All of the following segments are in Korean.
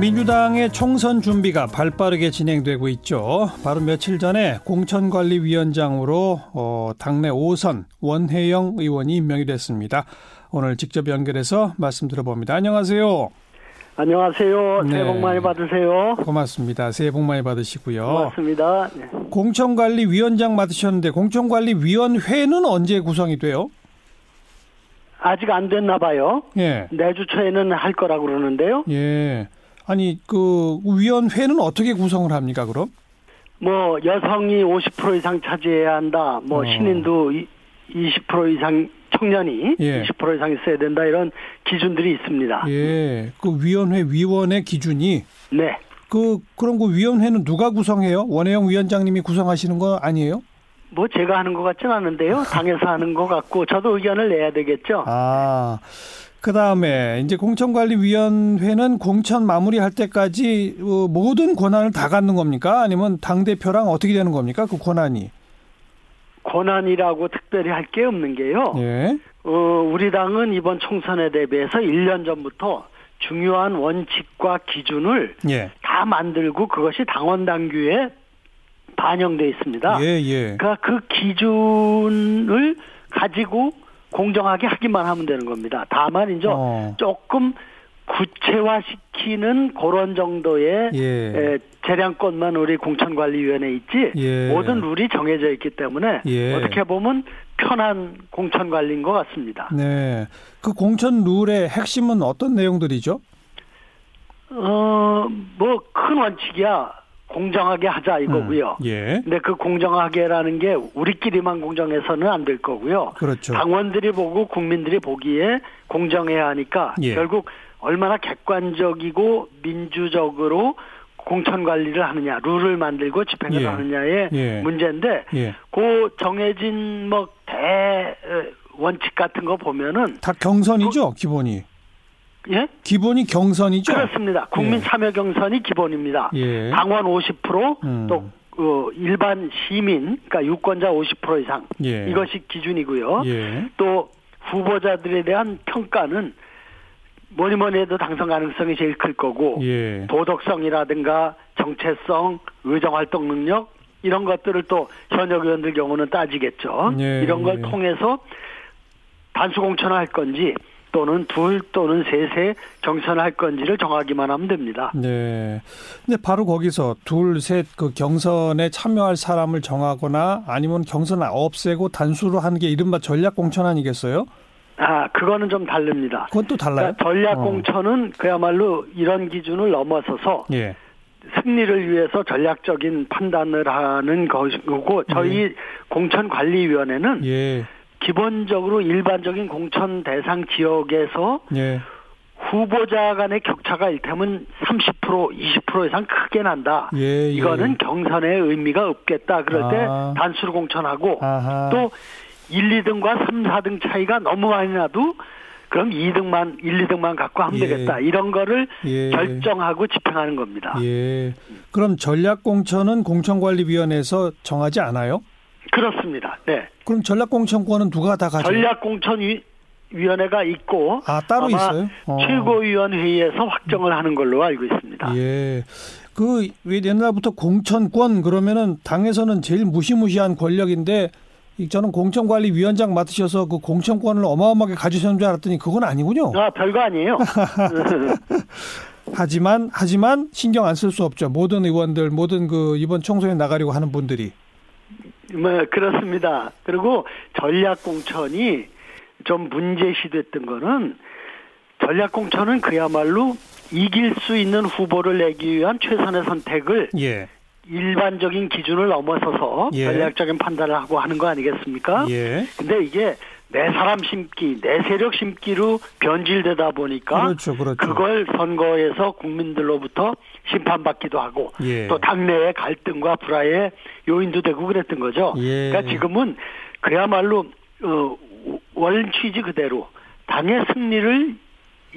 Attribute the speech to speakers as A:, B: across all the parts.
A: 민주당의 총선 준비가 발빠르게 진행되고 있죠. 바로 며칠 전에 공천관리위원장으로 어, 당내 5선 원혜영 의원이 임명이 됐습니다. 오늘 직접 연결해서 말씀 들어봅니다. 안녕하세요.
B: 안녕하세요. 새해
A: 네.
B: 복 많이 받으세요.
A: 고맙습니다. 새해 복 많이 받으시고요.
B: 고맙습니다. 네.
A: 공천관리위원장 맡으셨는데 공천관리위원회는 언제 구성이 돼요?
B: 아직 안 됐나 봐요.
A: 예.
B: 내주 초에는 할 거라고 그러는데요.
A: 예. 아니 그 위원회는 어떻게 구성을 합니까, 그럼?
B: 뭐 여성이 50% 이상 차지해야 한다. 뭐
A: 어.
B: 신인도 이- 20% 이상 청년이
A: 예.
B: 20% 이상 있어야 된다 이런 기준들이 있습니다.
A: 예. 그 위원회 위원의 기준이
B: 네.
A: 그 그럼 그 위원회는 누가 구성해요? 원혜영 위원장님이 구성하시는 거 아니에요?
B: 뭐 제가 하는 것 같진 않은데요. 당에서 하는 것 같고 저도 의견을 내야 되겠죠.
A: 아. 그다음에 이제 공천관리위원회는 공천 마무리할 때까지 어, 모든 권한을 다 갖는 겁니까? 아니면 당 대표랑 어떻게 되는 겁니까? 그 권한이.
B: 권한이라고 특별히 할 게 없는 게요.
A: 예.
B: 어, 우리 당은 이번 총선에 대비해서 1년 전부터 중요한 원칙과 기준을
A: 예.
B: 다 만들고 그것이 당원 당규에 반영돼 있습니다.
A: 예, 예.
B: 그러니까 그 기준을 가지고 공정하게 하기만 하면 되는 겁니다. 다만 이제
A: 어.
B: 조금 구체화시키는 그런 정도의
A: 예.
B: 에, 재량권만 우리 공천관리위원회 있지
A: 예.
B: 모든 룰이 정해져 있기 때문에
A: 예.
B: 어떻게 보면 편한 공천관리인 것 같습니다.
A: 네. 그 공천 룰의 핵심은 어떤 내용들이죠?
B: 어, 뭐 큰 원칙이야. 공정하게 하자 이거고요.
A: 음, 예.
B: 근데 그 공정하게라는 게 우리끼리만 공정해서는 안 될 거고요.
A: 그렇죠.
B: 당원들이 보고 국민들이 보기에 공정해야 하니까
A: 예.
B: 결국 얼마나 객관적이고 민주적으로 공천 관리를 하느냐, 룰을 만들고 집행을
A: 예.
B: 하느냐의
A: 예.
B: 문제인데
A: 예.
B: 그 정해진 뭐 대 원칙 같은 거 보면은
A: 다 경선이죠, 기본이.
B: 예?
A: 기본이 경선이죠.
B: 그렇습니다. 국민
A: 예.
B: 참여 경선이 기본입니다.
A: 예.
B: 당원 50%,
A: 음.
B: 또 어, 일반 시민, 그러니까 유권자 50% 이상
A: 예.
B: 이것이 기준이고요.
A: 예.
B: 또 후보자들에 대한 평가는 뭐니 뭐니 해도 당선 가능성이 제일 클 거고
A: 예.
B: 도덕성이라든가 정체성, 의정활동 능력 이런 것들을 또 현역 의원들 경우는 따지겠죠.
A: 예,
B: 이런 걸
A: 예.
B: 통해서 단수공천을 할 건지 또는 둘 또는 셋의 경선을 할 건지를 정하기만 하면 됩니다.
A: 네. 근데 바로 거기서 둘, 셋 그 경선에 참여할 사람을 정하거나 아니면 경선 없애고 단수로 하는 게 이른바 전략 공천 아니겠어요?
B: 아, 그거는 좀 다릅니다.
A: 그건 또 달라요.
B: 그러니까 전략
A: 어.
B: 공천은 그야말로 이런 기준을 넘어서서
A: 예.
B: 승리를 위해서 전략적인 판단을 하는 것이고 저희 공천관리위원회는
A: 예.
B: 기본적으로 일반적인 공천 대상 지역에서
A: 예.
B: 후보자 간의 격차가 일테면 30% 20% 이상 크게 난다.
A: 예, 예.
B: 이거는 경선의 의미가 없겠다. 그럴 때
A: 아.
B: 단수로 공천하고
A: 아하.
B: 또 1, 2등과 3, 4등 차이가 너무 많이 나도 그럼 2등만 1, 2등만 갖고 하면
A: 예.
B: 되겠다. 이런 거를
A: 예.
B: 결정하고 집행하는 겁니다.
A: 예. 그럼 전략 공천은 공천관리위원회에서 정하지 않아요?
B: 그렇습니다. 네.
A: 그럼 전략 공천권은 누가 다 가져?
B: 전략 공천 위, 위원회가 있고
A: 아, 따로
B: 아마
A: 있어요? 어.
B: 최고위원 회의에서 확정을 하는 걸로 알고 있습니다.
A: 예. 그 왜 옛날부터 공천권 그러면은 당에서는 제일 무시무시한 권력인데 이- 저는 공천관리위원장 맡으셔서 그 공천권을 어마어마하게 가지셨는 줄 알았더니 그건 아니군요.
B: 아, 별거 아니에요.
A: 하지만 하지만 신경 안 쓸 수 없죠. 모든 의원들 모든 그 이번 총선에 나가려고 하는 분들이
B: 뭐 그렇습니다. 그리고 전략 공천이 좀 문제시 됐던 거는 전략 공천은 그야말로 이길 수 있는 후보를 내기 위한 최선의 선택을
A: 예.
B: 일반적인 기준을 넘어서서
A: 예.
B: 전략적인 판단을 하고 하는 거 아니겠습니까?
A: 예.
B: 근데 이게 내 사람 심기, 내 세력 심기로 변질되다 보니까
A: 그렇죠. 그렇죠.
B: 그걸 선거에서 국민들로부터 심판받기도 하고
A: 예.
B: 또 당내의 갈등과 불화의 요인도 되고 그랬던 거죠.
A: 예.
B: 그러니까 지금은 그야말로 어, 원 취지 그대로 당의 승리를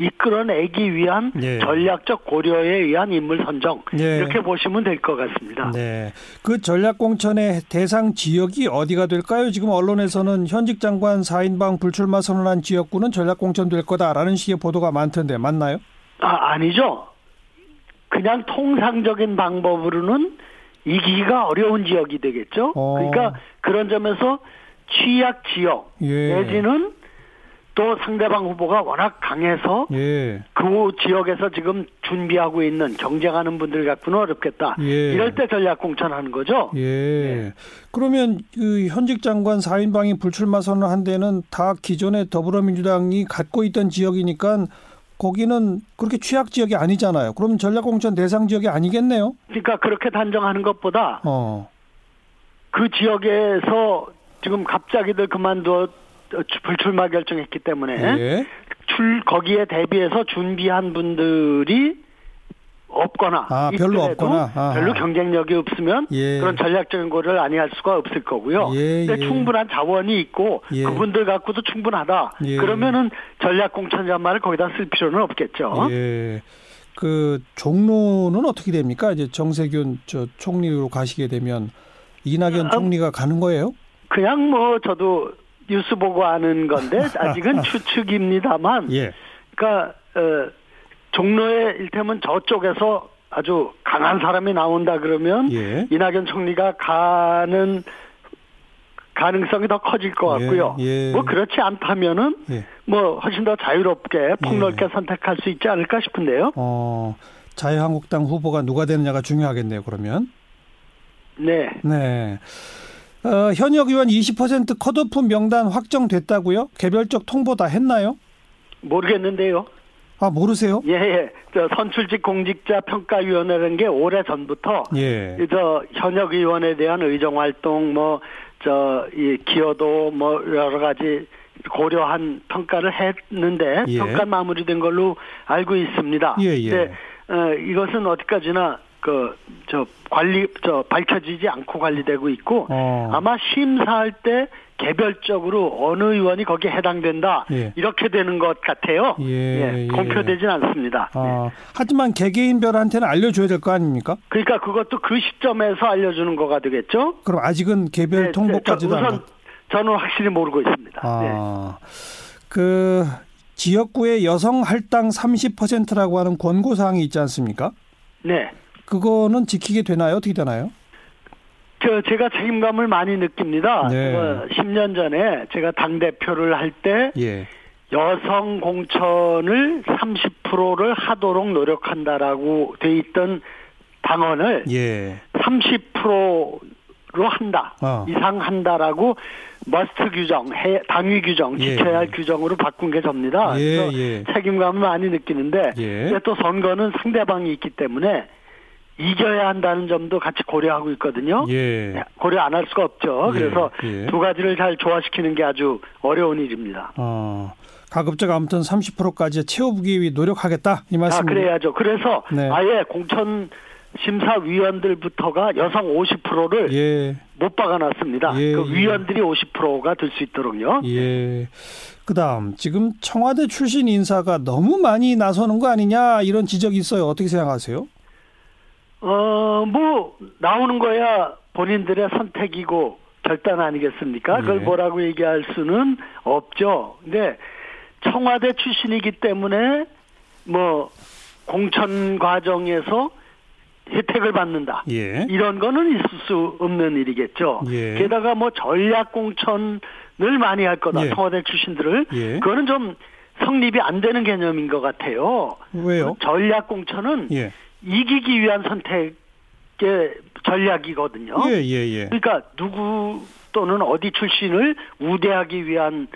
B: 이끌어내기 위한
A: 예.
B: 전략적 고려에 의한 인물 선정
A: 예.
B: 이렇게 보시면 될 것 같습니다.
A: 네. 그 전략공천의 대상 지역이 어디가 될까요? 지금 언론에서는 현직 장관 4인방 불출마 선언한 지역구는 전략공천 될 거다라는 식의 보도가 많던데 맞나요?
B: 아 아니죠. 그냥 통상적인 방법으로는 이기기가 어려운 지역이 되겠죠.
A: 어.
B: 그러니까 그런 점에서 취약 지역
A: 예.
B: 내지는 또 상대방 후보가 워낙 강해서
A: 예.
B: 그 지역에서 지금 준비하고 있는 경쟁하는 분들 갖고는 어렵겠다.
A: 예.
B: 이럴 때 전략 공천하는 거죠.
A: 예. 그러면 그 현직 장관 4인방이 불출마 선언한 데는 다 기존의 더불어민주당이 갖고 있던 지역이니까 거기는 그렇게 취약 지역이 아니잖아요. 그럼 전략공천 대상 지역이 아니겠네요.
B: 그러니까 그렇게 단정하는 것보다
A: 어.
B: 그 지역에서 지금 갑자기들 그만둬 어, 주- 불출마 결정했기 때문에
A: 예.
B: 출 거기에 대비해서 준비한 분들이 없거나
A: 아, 별로
B: 있더라도
A: 없거나. 아하.
B: 별로 경쟁력이 없으면
A: 예.
B: 그런 전략적인 거를 안니할 수가 없을 거고요.
A: 예,
B: 근데
A: 예.
B: 충분한 자원이 있고
A: 예.
B: 그분들 갖고도 충분하다.
A: 예.
B: 그러면은 전략 공천이란 말을 거기다 쓸 필요는 없겠죠.
A: 예. 그 종로는 어떻게 됩니까? 이제 정세균 저 총리로 가시게 되면 이낙연
B: 아,
A: 총리가 가는 거예요?
B: 그냥 뭐 저도 뉴스 보고 아는 건데 아직은 추측입니다만
A: 예.
B: 그러니까 어, 종로에 일테면 저쪽에서 아주 강한 사람이 나온다 그러면
A: 예.
B: 이낙연 총리가 가는 가능성이 더 커질 것
A: 예,
B: 같고요.
A: 예.
B: 뭐 그렇지 않다면은
A: 예.
B: 뭐 훨씬 더 자유롭게 폭넓게
A: 예.
B: 선택할 수 있지 않을까 싶은데요.
A: 어. 자유한국당 후보가 누가 되느냐가 중요하겠네요. 그러면.
B: 네.
A: 네. 어, 현역 의원 20% 컷오프 명단 확정됐다고요? 개별적 통보 다 했나요?
B: 모르겠는데요.
A: 아 모르세요?
B: 예, 예. 저 선출직 공직자 평가위원회라는 게 오래 전부터
A: 예.
B: 저 현역 의원에 대한 의정 활동 뭐 저 이 기여도 뭐 여러 가지 고려한 평가를 했는데
A: 예.
B: 평가 마무리된 걸로 알고 있습니다.
A: 예, 예.
B: 근데 어, 이것은 어디까지나 그 저 관리 저 밝혀지지 않고 관리되고 있고
A: 어.
B: 아마 심사할 때 개별적으로 어느 의원이 거기에 해당된다
A: 예.
B: 이렇게 되는 것 같아요.
A: 예, 예.
B: 공표되진 않습니다.
A: 아, 하지만 개개인별한테는 알려줘야 될 거 아닙니까?
B: 그러니까 그것도 그 시점에서 알려주는 거가 되겠죠.
A: 그럼 아직은 개별
B: 네,
A: 통보까지도
B: 저-
A: 안
B: 우선 저는 확실히 모르고 있습니다. 네.
A: 아, 그 지역구의 여성 할당 30%라고 하는 권고 사항이 있지 않습니까?
B: 네.
A: 그거는 지키게 되나요? 어떻게 되나요?
B: 저 제가 책임감을 많이 느낍니다.
A: 네.
B: 어, 10년 전에 제가 당 대표를 할 때
A: 예.
B: 여성 공천을 30%를 하도록 노력한다라고 돼 있던 당원을
A: 예.
B: 30%로 한다
A: 어.
B: 이상 한다라고 머스트 규정, 해, 당위 규정,
A: 예.
B: 지켜야 할 규정으로 바꾼 게 접니다.
A: 예,
B: 그래서
A: 예.
B: 책임감을 많이 느끼는데
A: 예.
B: 근데 또 선거는 상대방이 있기 때문에 이겨야 한다는 점도 같이 고려하고 있거든요.
A: 예.
B: 고려 안 할 수가 없죠.
A: 예,
B: 그래서
A: 예.
B: 두 가지를 잘 조화시키는 게 아주 어려운 일입니다.
A: 어, 가급적 아무튼 30%까지 채워보기 위해 노력하겠다 이
B: 아,
A: 말씀.
B: 그래야죠. 그래서
A: 네.
B: 아예 공천 심사위원들부터가 여성 50%를
A: 예,
B: 못 박아놨습니다.
A: 예,
B: 그
A: 예.
B: 위원들이 50%가 될 수 있도록요.
A: 예. 그다음 지금 청와대 출신 인사가 너무 많이 나서는 거 아니냐 이런 지적이 있어요. 어떻게 생각하세요?
B: 어, 뭐 나오는 거야 본인들의 선택이고 결단 아니겠습니까? 그걸
A: 예.
B: 뭐라고 얘기할 수는 없죠. 근데 청와대 출신이기 때문에 뭐 공천 과정에서 혜택을 받는다.
A: 예,
B: 이런 거는 있을 수 없는 일이겠죠.
A: 예.
B: 게다가 뭐 전략 공천을 많이 할 거다.
A: 예.
B: 청와대 출신들을
A: 예.
B: 그거는 좀 성립이 안 되는 개념인 것 같아요. 그
A: 왜요?
B: 전략 공천은
A: 예,
B: 이기기 위한 선택의 전략이거든요.
A: 예, 예, 예.
B: 그러니까 누구 또는 어디 출신을 우대하기 위한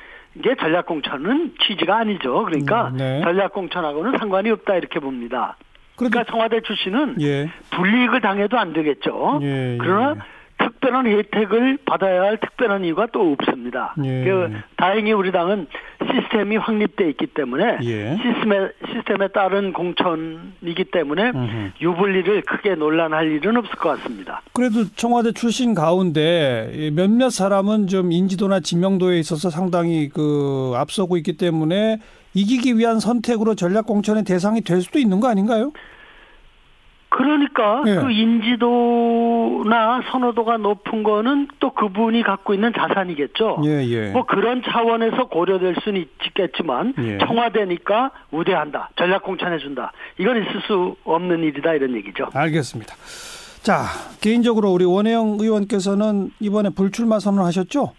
B: 게 전략 공천은 취지가 아니죠. 그러니까
A: 음, 네.
B: 전략 공천하고는 상관이 없다 이렇게 봅니다.
A: 그래도
B: 그러니까 청와대 출신은
A: 예,
B: 불이익을 당해도 안 되겠죠.
A: 예, 예.
B: 그러나 특별한 혜택을 받아야 할 특별한 이유가 또 없습니다.
A: 예.
B: 그 다행히 우리 당은 시스템이 확립돼 있기 때문에
A: 예.
B: 시스템에 시스템에 따른 공천이기 때문에
A: 음흠.
B: 유불리를 크게 논란할 일은 없을 것 같습니다.
A: 그래도 청와대 출신 가운데 이 몇몇 사람은 좀 인지도나 지명도에 있어서 상당히 그 앞서고 있기 때문에 이기기 위한 선택으로 전략 공천의 대상이 될 수도 있는 거 아닌가요?
B: 그러니까
A: 예.
B: 그 인지도나 선호도가 높은 거는 또 그분이 갖고 있는 자산이겠죠.
A: 예, 예.
B: 뭐 그런 차원에서 고려될 수는 있겠지만
A: 예.
B: 청와대니까 우대한다 전략 공천해준다 이건 있을 수 없는 일이다 이런 얘기죠
A: 알겠습니다. 자, 개인적으로 우리 원혜영 의원께서는 이번에 불출마 선언하셨죠?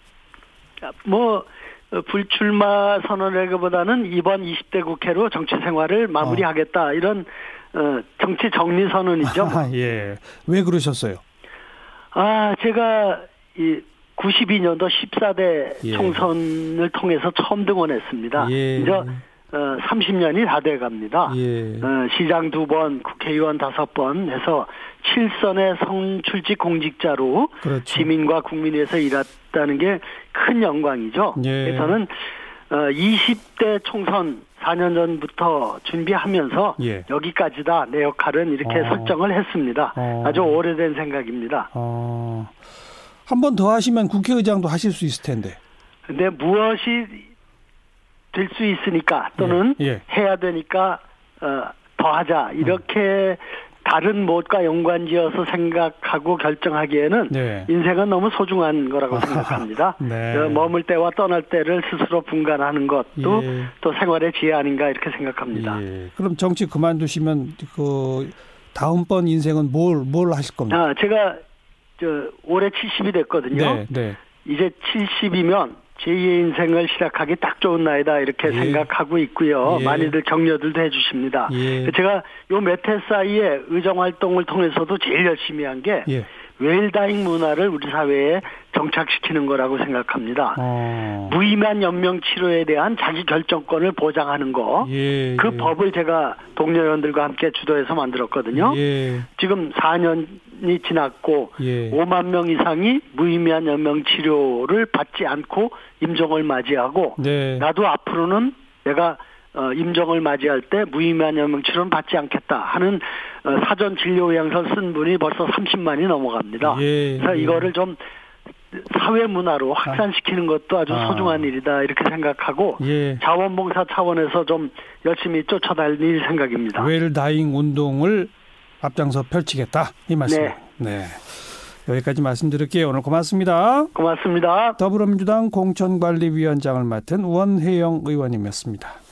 B: 뭐 어, 불출마 선언이라기보다는 이번 20대 국회로 정치 생활을 마무리하겠다 이런 어, 정치 정리 선언이죠
A: 아, 예. 왜 그러셨어요?
B: 아 제가 이 92년도 14대
A: 예.
B: 총선을 통해서 처음 등원했습니다
A: 예.
B: 이제 어, 30년이 다 돼갑니다
A: 예.
B: 어, 시장 두 번, 국회의원 다섯 번 해서 7선의 선출직 공직자로
A: 그렇죠.
B: 시민과 국민 위해서 일했다는 게 큰 영광이죠.
A: 예.
B: 그래서 저는 어, 20대 총선 4년 전부터 준비하면서
A: 예.
B: 여기까지다 내 역할은 이렇게
A: 어.
B: 설정을 했습니다.
A: 어.
B: 아주 오래된 생각입니다.
A: 어. 한 번 더 하시면 국회의장도 하실 수 있을 텐데.
B: 근데 무엇이 될 수 있으니까 또는
A: 예, 예.
B: 해야 되니까 어, 더 하자 이렇게 다른 무엇과 연관지어서 생각하고 결정하기에는
A: 네.
B: 인생은 너무 소중한 거라고 생각합니다.
A: 네.
B: 어, 머물 때와 떠날 때를 스스로 분간하는 것도
A: 예.
B: 또 생활의 지혜 아닌가 이렇게 생각합니다.
A: 예. 그럼 정치 그만두시면 그 다음번 인생은 뭘 뭘 하실 겁니까?
B: 아, 제가 저 올해 70이 됐거든요.
A: 네, 네.
B: 이제 70이면 제2의 인생을 시작하기 딱 좋은 나이다 이렇게
A: 예.
B: 생각하고 있고요.
A: 예.
B: 많이들 격려들도 해주십니다.
A: 예.
B: 제가 요 몇 해 사이에 의정 활동을 통해서도 제일 열심히 한 게
A: 예.
B: 웰다잉 문화를 우리 사회에 정착시키는 거라고 생각합니다.
A: 어.
B: 무의미한 연명 치료에 대한 자기 결정권을 보장하는 거.
A: 예.
B: 그
A: 예.
B: 법을 제가 동료 의원들과 함께 주도해서 만들었거든요.
A: 예.
B: 지금 4년이 지났고
A: 예.
B: 5만 명 이상이 무의미한 연명 치료를 받지 않고 임종을 맞이하고
A: 네.
B: 나도 앞으로는 내가 어, 임종을 맞이할 때 무의미한 연명 치료는 받지 않겠다 하는 어, 사전 진료 의향서 쓴 분이 벌써 30만이 넘어갑니다.
A: 예.
B: 그래서
A: 예.
B: 이거를 좀 사회 문화로 확산시키는 것도 아주
A: 아.
B: 소중한 일이다 이렇게 생각하고
A: 예.
B: 자원봉사 차원에서 좀 열심히 쫓아다닐 생각입니다.
A: 웰다잉 운동을 앞장서 펼치겠다 이 말씀.
B: 네.
A: 네. 여기까지 말씀드릴게요. 오늘 고맙습니다.
B: 고맙습니다.
A: 더불어민주당 공천관리위원장을 맡은 원혜영 의원님이었습니다.